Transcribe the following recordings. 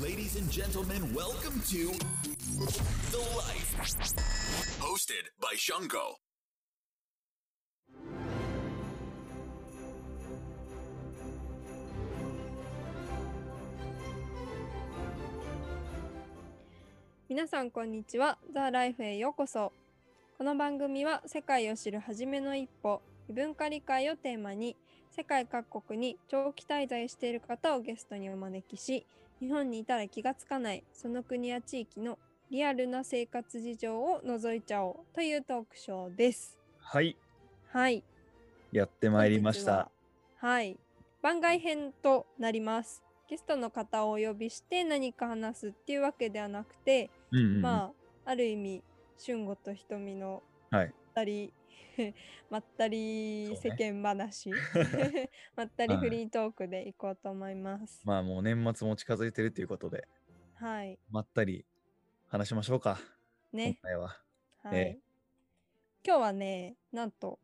Ladies and gentlemen, welcome to The Life. Hosted by Shungo. 皆さんこんにちは。ザ・ライフへようこそ。この番組は世界を知る初めの一歩、異文化理解をテーマに、世界各国に長期滞在している方をゲストにお招きし、日本にいたら気がつかない、その国や地域のリアルな生活事情を覗いちゃおうというトークショーです。はい、はい。やってまいりました。本日は。はい。番外編となります。ゲストの方をお呼びして何か話すっていうわけではなくて、うんうんうん、まあある意味俊吾と瞳のまはっいたり、 まったりそ世うね間 話、まったりフリートークでいこうと思います。まあもう年末も近づいてるということで、はいまったり話しましょうか。ね、今回は。はい、え今日はねなんと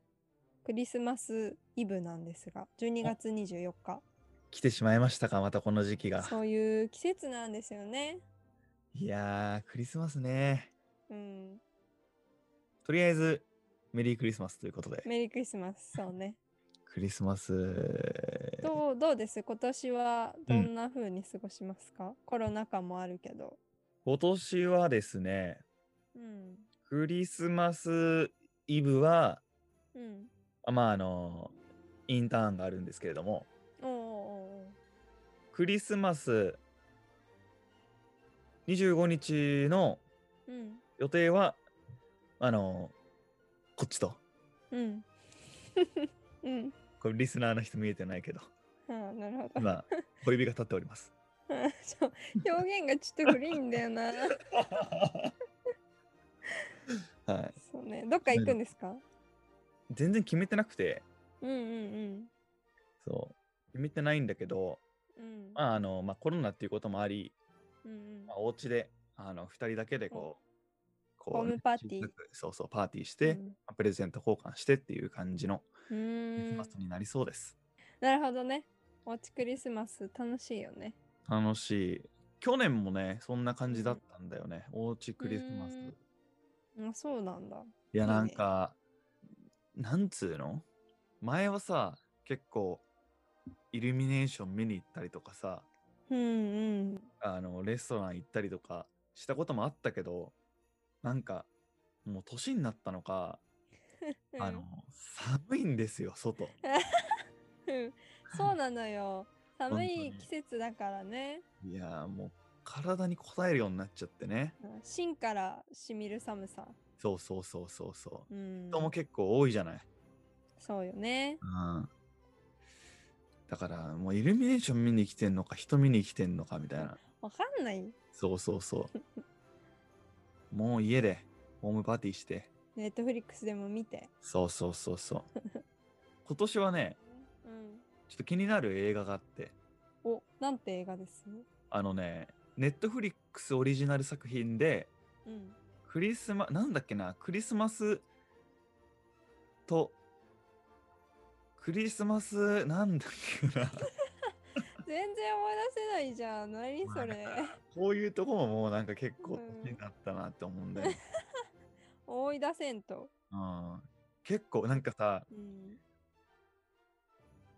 クリスマスイブなんですが12月24日来てしまいましたか、またこの時期が。そういう季節なんですよね。いやー、クリスマスね。うん、とりあえず、メリークリスマスということで。メリークリスマスそうね。クリスマス。どうどうです今年はどんな風に過ごしますか、コロナ禍もあるけど。今年はですね、うんクリスマスイブは、うん。あまああの、インターンがあるんですけれども、おーおクリスマス25日のーおーうん。予定はあのこっちとうん。うん。これリスナーの人見えてないけどああ、なるほど。今小指が立っております そう表現がちょっと古いんだよ な。はいそうね。どっか行くんですか全然決めてなくてうんうんそう決めてないんだけどうん。うん。まああの、まあ、コロナっていうこともあり、うんうんまあ、お家であの2人だけでこう、こホームパーテ小ィーさくそうそうパーティーして、うまんあプレゼント交換してっていう感じのうクリスーんマス。になりそうです、なるほどね。おうちクリスマス楽しいよね。楽しい去年もねそんな感じだったんだよね、おうちクリスマス、うんあそうなんだ。いや、いいねなんか、なんつうの前はさ、結構、イルミネーション見に行ったりとかさ、うんうん。あの、レストラン行ったりとかしたこともあったけど、なんか、もう年になったのか、あの、寒いんですよ、 外。うんそうなのよ。当寒にい季節だからね。いやー、もう、体に応えるようになっちゃってね。うん芯からしみる寒さ。そうそうそうそうそう。うん。人も結構多いじゃない。そうよね。うん。だから、もうイルミネーション見に来てんのか、人見に来てんのか、みたいな。わかんない。そうそう そう。もう家でホームパーティーして。ネットフリックスでも見て。そうそうそうそう。今年はね、うん。ちょっと気になる映画があって、お、なんて映画ですあのね、ネットフリックスオリジナル作品で、うん。クリスマ、なんだっけな、クリスマスと、クリスマス、なんだっけな。全然思い出せないじゃん。何それ。 こういうとこももうなんか結構年になったなって思うんだよね。思い出せんと。うん、結構なんかさ、うん。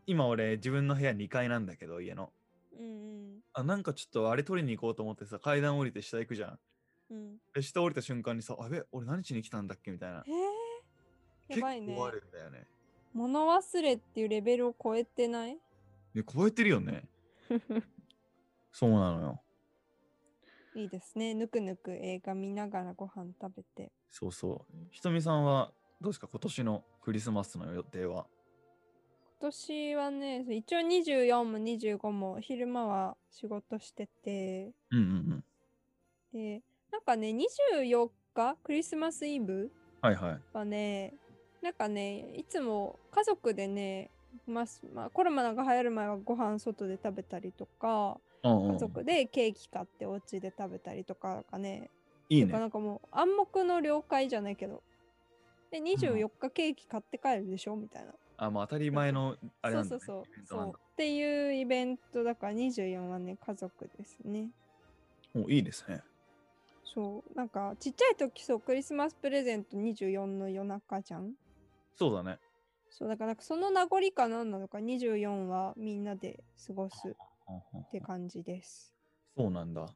今俺自分の部屋2階なんだけど、家の。うんあ、なんかちょっとあれ取りに行こうと思ってさ、階段降りて下行くじゃん。うん。うん。で、下降りた瞬間にさ、あべ、俺何しに来たんだっけみたいな。へえ。やばいね結。構あるんだよね。物忘れっていうレベルを超えてない ね、超えてるよね。そうなのよ。いいですね。ぬくぬく映画見ながらご飯食べて。そうそう。ひとみさんは、どうですか今年のクリスマスの予定は。今年はね、一応24も25も昼間は仕事してて、うんうんうん。で、なんかね、24日、クリスマスイブはいはい。はね、なんかね、いつも家族でね、まあすまあ、コロナが流行る前はご飯外で食べたりとか、うんうん家族でケーキ買ってお家で食べたりとかがね、いいてかなね。んかもう暗黙の了解じゃないけど、で、24日ケーキ買って帰るでしょみたいな。あ、もう当たり前の、あれなんだ、そうね。そうイベントなそうそんう。だっていうイベントだから24はね、家族ですね。もういいですね。そうなんかちっちゃい時そうクリスマスプレゼント24の夜中じゃんそうだね。そうだからなんかその名残か何なのか24はみんなで過ごすって感じですそうなんだ。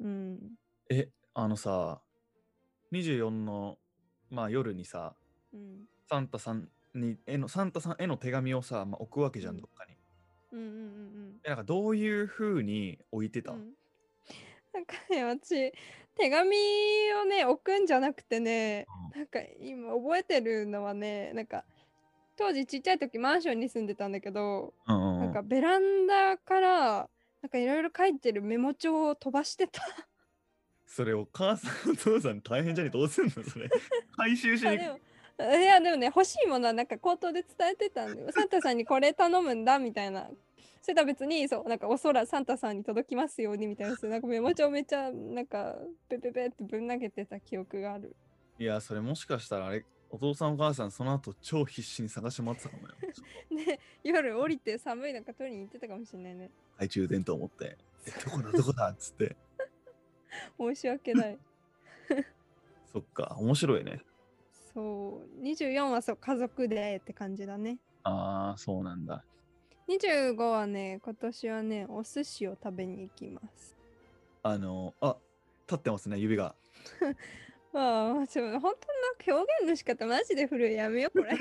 うんえ、あのさ、24の、まあ、夜にさ、うんサンタさんに、絵のサンタさんへの手紙をさ、まあ、置くわけじゃ、うんんどっかに。うんうんうんえ、なんかどういう風に置いてうた、ん うんなんかね私手紙をね置くんじゃなくてねなんか今覚えてるのはねなんか当時ちっちゃい時マンションに住んでたんだけどうんうんうんなんかベランダからなんかいろいろ書いてるメモ帳を飛ばしてたそれお母さんお父さん大変じゃねどうすんのそ れ回収しあにでも いやでもね欲しいものはなんか口頭で伝えてたんでサンタさんにこれ頼むんだみたいなそれとは別にそうなんかお空サンタさんに届きますようにみたいなそうなんかメモ帳めっちゃなんかペペペってぶん投げてた記憶があるいやそれもしかしたらあれお父さんお母さんその後超必死に探し回ってたかも よね夜降りて寒い中取りに行ってたかもしれないね懐中電灯持ってえどこだどこだっつって申し訳ないそっか面白いねそう24はそう家族でって感じだねああそうなんだ25はね今年はねお寿司を食べに行きますあのあ立ってますね指がまあちょっと本当なんか表現の仕方マジで古いやめよう これ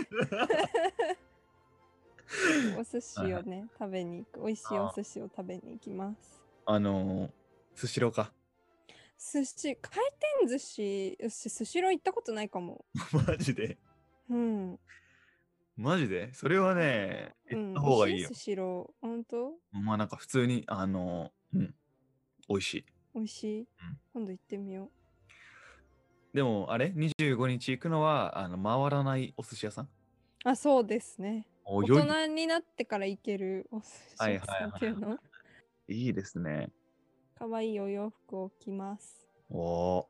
お寿司をね食べに行く美味しいお寿司を食べに行きますあのースシローか 寿司回転寿司よし寿司ロー行ったことないかもマジでうんマジでそれはね行った方がいいようん、美味し、寿司ロー本当まあなんか普通にあのーうん美味しい美味しい、今度行ってみようでもあれ25日行くのはあの回らないお寿司屋さんあそうですねお大よい人になってから行けるお寿司屋さんっていうのいいですね。可愛いお洋服を着ます。おお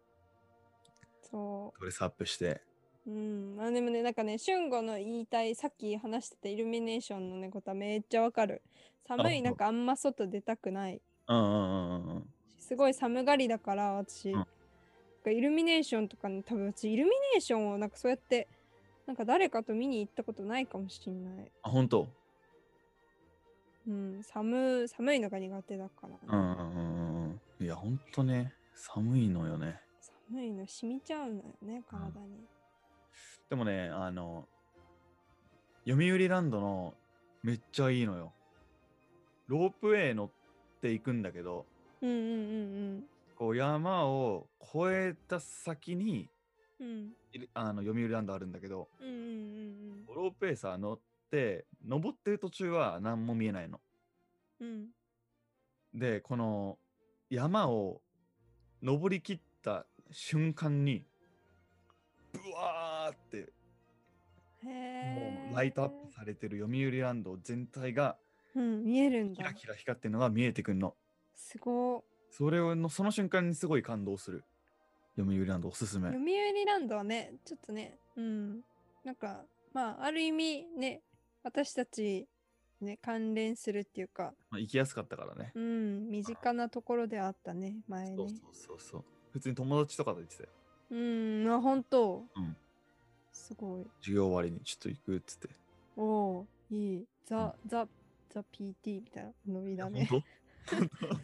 そー、ドレスアップして。う。うん。あでもね、なんかね、春吾の言いたい、さっき話してたイルミネーションのね、ことはめっちゃわかる。寒あい、なんかあんま外出たくない。うんうんうんうん。すごい寒がりだから、私。んなんかイルミネーションとかね、多分私、イルミネーションをなんかそうやって、なんか誰かと見に行ったことないかもしんない。あ、本当。うん。寒い、寒いのが苦手だからね、うんうんうんうんうん。いや、本当ね、染いのよね。寒いの染みちゃうんだよね、体に。でもね、あの、読売ランドのめっちゃいいのよ。ロープウェイ乗っていくんだけど、うんうんうんこう山を越えた先に、うん。うん。いるあの読売ランドあるんだけど、うんうんうんロープウェイさ、乗って、登ってる途中は何も見えないの。うんうんでこの山を登り切った瞬間にブワーってもうライトアップされてる読売ランド全体がうん見えるんキだラキラ光ってるのが見えてくるのすごそれをのその瞬間にすごい感動する読売ランドおすすいめ読売ランドはねちょっとねうんなんかまあある意味ね私たちね関連するっていうかまあ行きやすかったからねうん身近なところではあったね前そうねそうそうそう普通に友達とかと言ってたようんまあ本当、うんすごい授業終わりにちょっと行くっつっておおーいいザ、ザザ PT みたいなノリだいやね本当本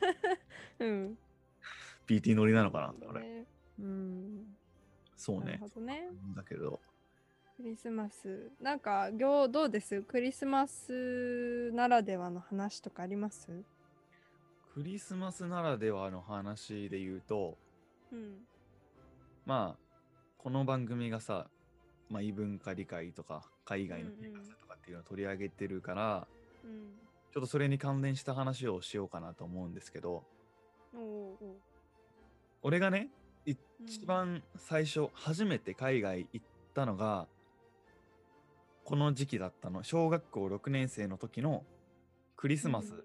うん当 PT 乗りなのかなそうあだれねうんそうなるねほどねだけどクリスマスなんか行どうですクリスマスならではの話とかありますクリスマスならではの話で言うと、うんまあ、この番組がさ、まあ、異文化理解とか、海外のうんうん生活とかっていうのを取り上げてるから、うんちょっとそれに関連した話をしようかなと思うんですけど、おうおう俺がね、うん一番最初、初めて海外行ったのが、この時期だったの。小学校6年生の時のクリスマスうん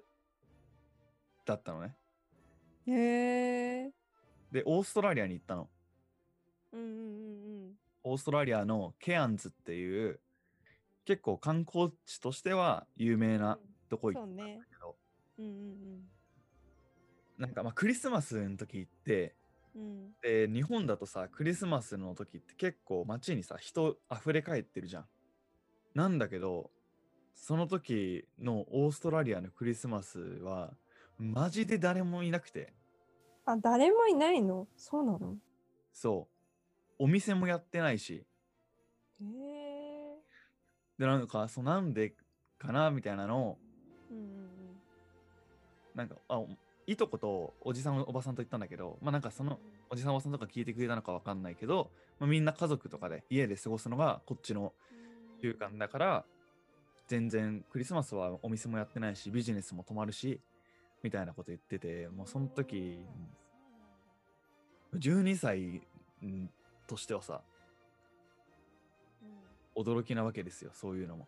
だったのね。へえで、オーストラリアに行ったの。うんうんオーストラリアのケアンズっていう結構観光地としては有名うんうんなとこ行そうったんだねけど、うんうんなんかまあクリスマスの時行ってうん。で日本だとさクリスマスの時って結構街にさ人溢れ返ってるじゃん。なんだけどその時のオーストラリアのクリスマスはマジで誰もいなくてあ、誰もいないのそうなのそうお店もやってないしへえ。でなんかそうなんでかなみたいなのをうんうんなんかあおいとことおじさんおばさんと行ったんだけどまあなんかそのおじさんおばさんとか聞いてくれたのかわかんないけど、まあ、みんな家族とかで家で過ごすのがこっちのうん。習慣だから全然クリスマスはお店もやってないしビジネスも止まるしみたいなこと言っててもうその時12歳んとしてはさ驚きなわけですよそういうのも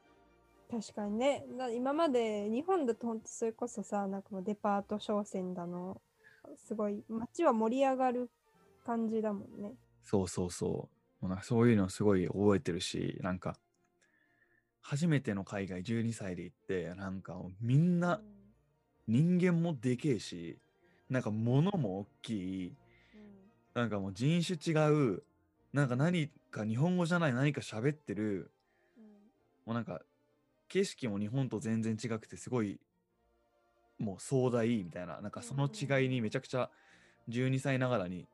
確かにね、な今まで日本だと本当それこそさ、なんかもうデパート商戦だの、すごい街は盛り上がる感じだもんね。そうそうそうもうなんかそういうのすごい覚えてるしなんか初めての海外12歳で行ってなんかもうみんな人間もでけえしなんか物も大きいなんかもう人種違う、なんか何か日本語じゃない何か喋ってる、もうなんか景色も日本と全然違くてすごいもう壮大みたいな、なんかその違いにめちゃくちゃ12歳ながらに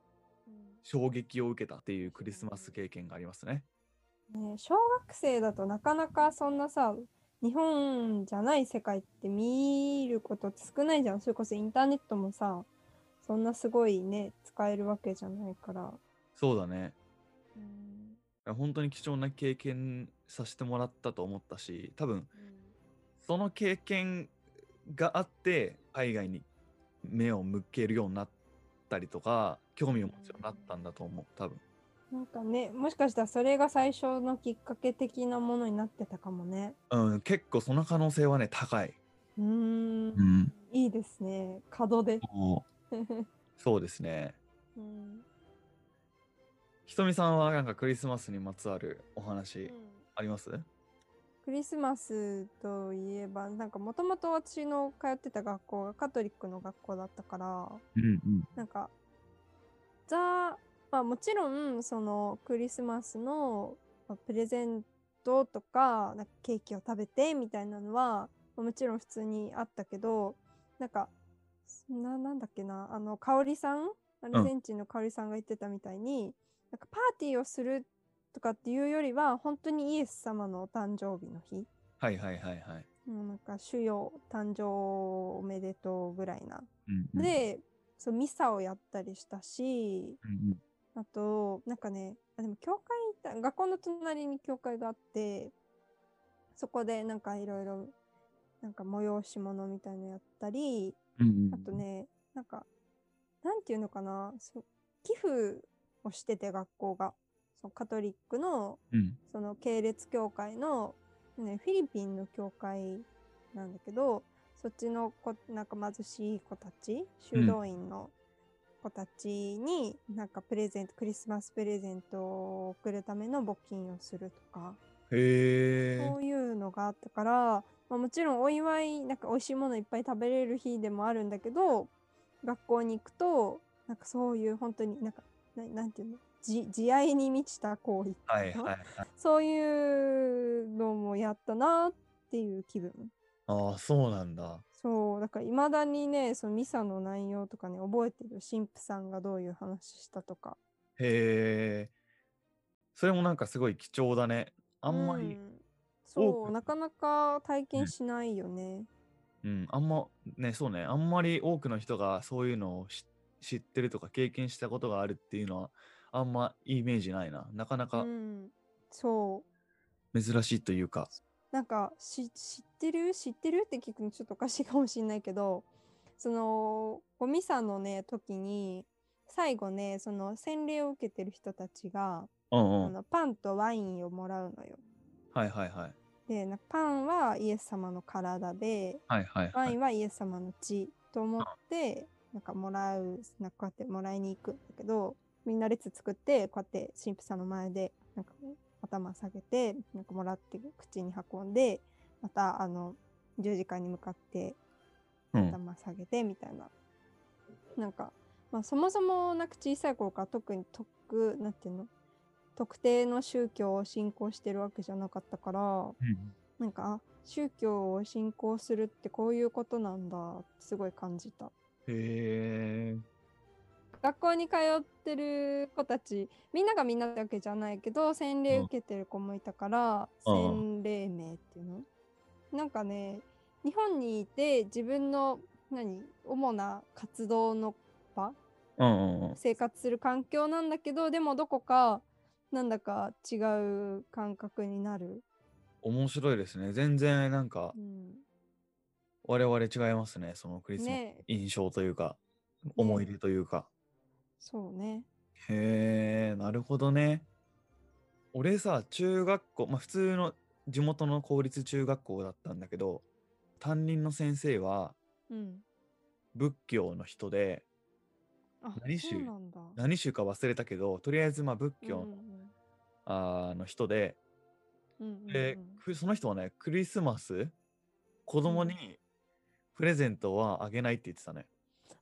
衝撃を受けたっていうクリスマス経験がありますね。ね、小学生だとなかなかそんなさ日本じゃない世界って見ることって少ないじゃんそれこそインターネットもさそんなすごいね使えるわけじゃないから、そうだね。本当に貴重な経験させてもらったと思ったし、多分その経験があって海外に目を向けるようになったりとか興味を持つようになったんだと思う多分なんかねもしかしたらそれが最初のきっかけ的なものになってたかもねうん結構その可能性はね高い、うーんん、いいですね角で、そうですねうんひとみさんはなんかクリスマスにまつわるお話あります、クリスマスといえばなんかもともと私の通ってた学校がカトリックの学校だったからうんうん、なんかザ、まあ、もちろんそのクリスマスのまあプレゼントとかなんかケーキを食べてみたいなのはまあもちろん普通にあったけどなんかななんだっけなあの香織さんアルゼンチンの香織さんが言ってたみたいに、なんかパーティーをするとかっていうよりは本当にイエス様のお誕生日の日はいはいはいはい、もうなんか主よ誕生おめでとうぐらいな。うんうん、で、そうミサをやったりしたしうんうん、あと、なんかね、あでも教会行った、学校の隣に教会があって、そこでなんかいろいろ、なんか催し物みたいのやったり、うんうんあとね、なんか、なんていうのかな、そう寄付をしてて学校が、そのカトリックの、うんその系列教会の、ね、フィリピンの教会なんだけど、そっちの子、なんか貧しい子たち、修道院の子たちに、なんかプレゼント、クリスマスプレゼントを送るための募金をするとか、へえそういうのがあったから、まあ、もちろんお祝いなんか美味しいものいっぱい食べれる日でもあるんだけど学校に行くとなんかそういう本当になんかななんていうのじ慈愛に満ちた行為ってはういのはいはいそういうのもやったなっていう気分ああそうなんだそうだからいまだにねそのミサの内容とかね覚えてる神父さんがどういう話したとかへえそれもなんかすごい貴重だねあんまり、うんそ多うくなかなか体験しないよねうん、あんま、ね、そうね、あんまり多くの人がそういうのをし知ってるとか経験したことがあるっていうのは、あんまイメージないな。なかなうかんそう珍しいというか。なんかし知ってる知ってるって聞くのちょっとおかしいかもしれないけどそのおミサのね時に最後ねその洗礼を受けてる人たちが、うんうあん。のパンとワインをもらうのよ。はいはいはい。でなんかパンはイエス様の体ではいはいワはイい。ンはイエス様の血と思ってなんかもらうなんかこうやってもらいに行くんだけどみんな列作ってこうやって神父さんの前でなんか頭下げてなんかもらって口に運んでまたあの十字架に向かってうん。頭下げてみたいななんか、まあ、そもそもなんか小さい頃から特に特なんていうの特定の宗教を信仰してるわけじゃなかったからなんかあ宗教を信仰するってこういうことなんだってすごい感じた。へえ。学校に通ってる子たちみんながみんなってわけじゃないけど洗礼受けてる子もいたから、うん洗礼名っていうのなんかね日本にいて自分の何主な活動の場うんうんうん。生活する環境なんだけどでもどこかなんだか違う感覚になる、面白いですね。全然なんかうん、我々違いますね。そのクリスマスね印象というか、思い出というか。そうねへえ、なるほどね。俺さ、中学校、まあ普通の地元の公立中学校だったんだけど、担任の先生はうん仏教の人で、あ何そう種なんだ何宗か忘れたけど、とりあえずまあ仏教の,、うんあーの人で、うんうんうんうんで、くその人はね、クリスマス、子供うんにプレゼントはあげないって言ってたね。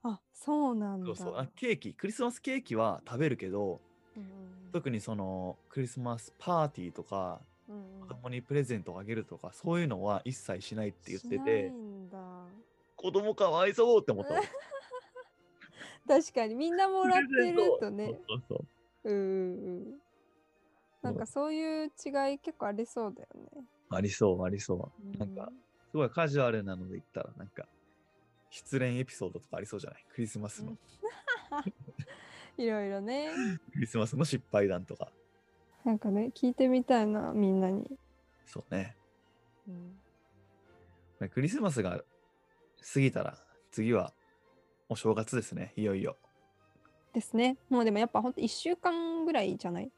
あそうなんだそうそう。あケーキ、クリスマスケーキは食べるけど、うんうん特にそのクリスマスパーティーとか、うんうん子供にプレゼントをあげるとか、そういうのは一切しないって言ってしないて、んだ子供かわいそうって思ったわ。確かにみんなもらっプレゼてンるトとねそうそうそううんうんうんなんかそういう違い結構ありそうだよねありそう、ありそう。なんうか、すごいカジュアルなので言ったら、なんか、失恋エピソードとかありそうじゃないクリスマスの、うんいろいろねクリスマスの失敗談とか。なんかね聞いてみたいなみんなに、そうね。うんまあクリスマスが過ぎたら、次はお正月ですね、いよいよ。ですねもうでもやっぱほんと1週間ぐらいじゃない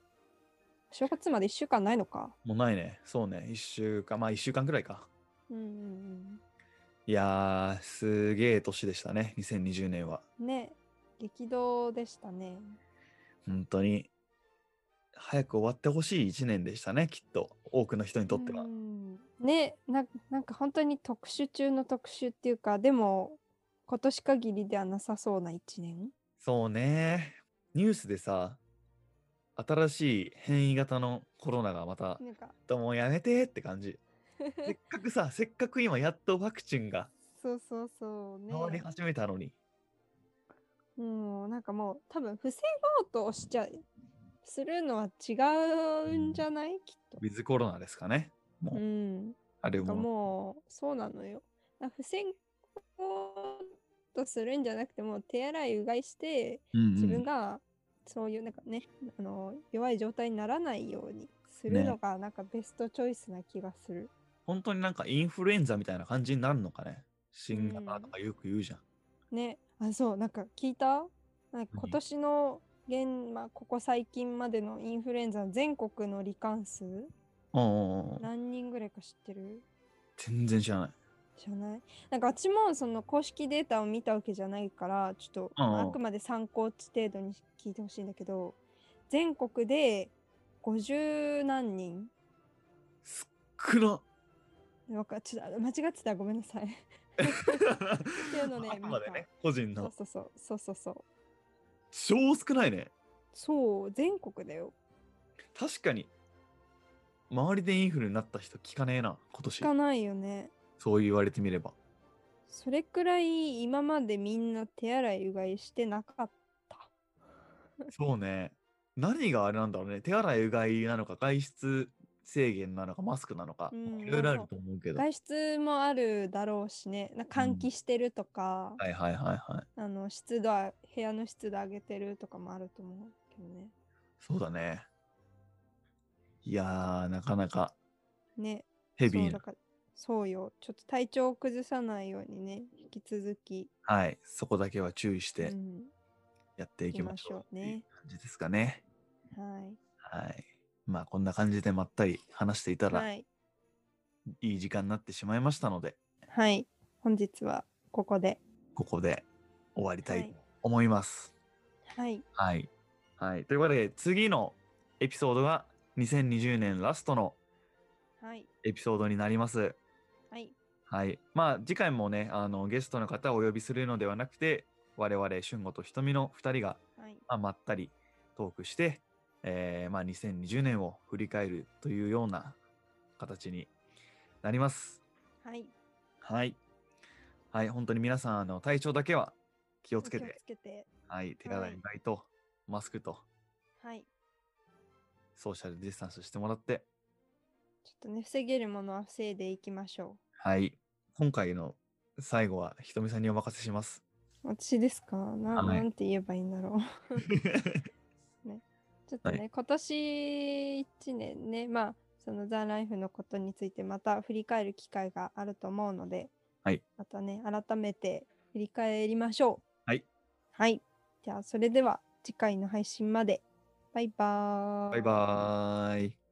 正月まで1週間ないのかもうないね。そうね、一週間、まあ一週間くらいか。うんうんいやー、すげえ年でしたね、2020年は。うんね激動でしたね本当に。早く終わってほしい一年でしたね、きっと。多くの人にとっては。うんねななんか本当に特殊中の特殊っていうかでも今年限りではなさそうな1年そうね。ニュースでさ、新しい変異型のコロナがまた、なんかどうもやめてって感じ。せっかくさ、せっかく今やっとワクチンが そうそうそうね回り始めたのに。もうなんかもう多分防ごうとしちゃするのは違うんじゃない、きっとウィズコロナですかね。もう、うんあれなんかも。もうそうなのよなんか防ごうとするんじゃなくてもう手洗いうがいしてうんうん自分がそういうなんかね、あの弱い状態にならないようにするねのがなんかベストチョイスな気がする。本当になんかインフルエンザみたいな感じになるのかね。新う型んとかよく言うじゃん。ね、あそうなんか聞いたなんか何今年の現、まあ、ここ最近までのインフルエンザの全国の罹患数うんうんうん何人ぐらいか知ってる全然知らない。知らないなんか私もその公式データを見たわけじゃないからちょっと、うんうんまああくまで参考値程度に聞いてほしいんだけど全国で50何人黒っわかちょっとあ間違ってたらごめんな さい。っていうのねあくまでね、個人そうの。そうそうそうそうそう超少ないね。そう全国だよ確かに、周りでインフルになった人聞かねえな、今聞か年。ないよねそう言われてみれば。それくらい今までみんな手洗いうがいしてなかったそうね。何があれなんだろうね。手洗いうがいなのか、外出制限なのか、マスクなのか、うんいろいろあると思うけど。はい外出もあるだろうしねな換気してるとか、はいはいはい。あの湿度は部屋の湿度上げてるとかもあると思うけどねそうだね。いやー、なかなかねヘビそうーだな。からそうよちょっと体調を崩さないようにね引き続き、はい。そこだけは注意しうてん、やっていきましょう行きましょうねっていう感じですかね。はいはい。まあ、こんな感じでまったり話していたら、、はいい、い時間になってしまいましたので、はい、本日はここでここで終わりたはいいと思います。はいはい。はい。ということで、次のエピソードが2020年ラストのはいエピソードになります。はいはい。まあ、次回もね、あの、ゲストの方をお呼びするのではなくて、我々、俊吾と瞳の2人が、はい。まあ、まったりトークして、えーまあ、2020年を振り返るというような形になります。はい。はい。はい、本当に皆さん、あの体調だけは気をつけお気をて、つけて。はい、手洗い、うがいと、マスクと、はい。ソーシャルディスタンスしてもらって、ちょっとね、防げるものは防いでいきましょはい、今回の最後はひとみさんにお任せし ます。う。私ですかな,、はいなんて言えばいいんだろう。 ちょっとね、今年1年ね、まあ、そのザ・ライフのことについてまた振り返る機会があると思うので、はいまたね、改めて振り返りましょう。はい。はい。じゃあ、それでは次回の配信まで。バイバーイ。バイバーイ。